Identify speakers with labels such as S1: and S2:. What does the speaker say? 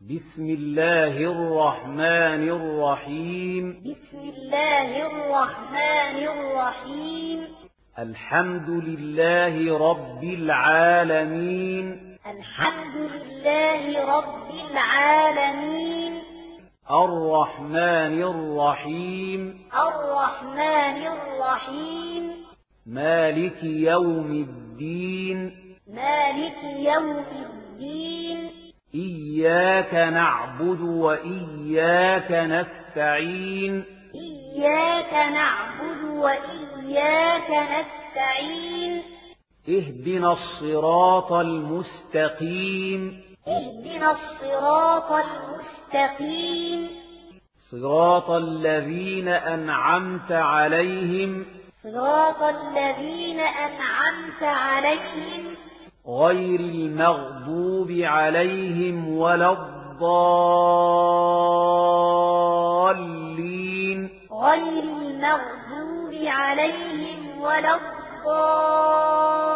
S1: بسم الله الرحمن الرحيم
S2: بسم الله الرحمن الرحيم
S1: الحمد لله رب العالمين
S2: الحمد لله رب العالمين
S1: الرحمن الرحيم
S2: الرحمن الرحيم
S1: مالك يوم الدين
S2: مالك يوم الدين
S1: إياك نعبد وإياك نستعين
S2: إياك نعبد وإياك نستعين
S1: اهدنا الصراط المستقيم
S2: اهدنا الصراط المستقيم
S1: صراط الذين أنعمت عليهم
S2: صراط الذين أنعمت عليهم
S1: غير المغضوب عليهم ولا الضالين
S2: غير المغضوب عليهم ولا الضالين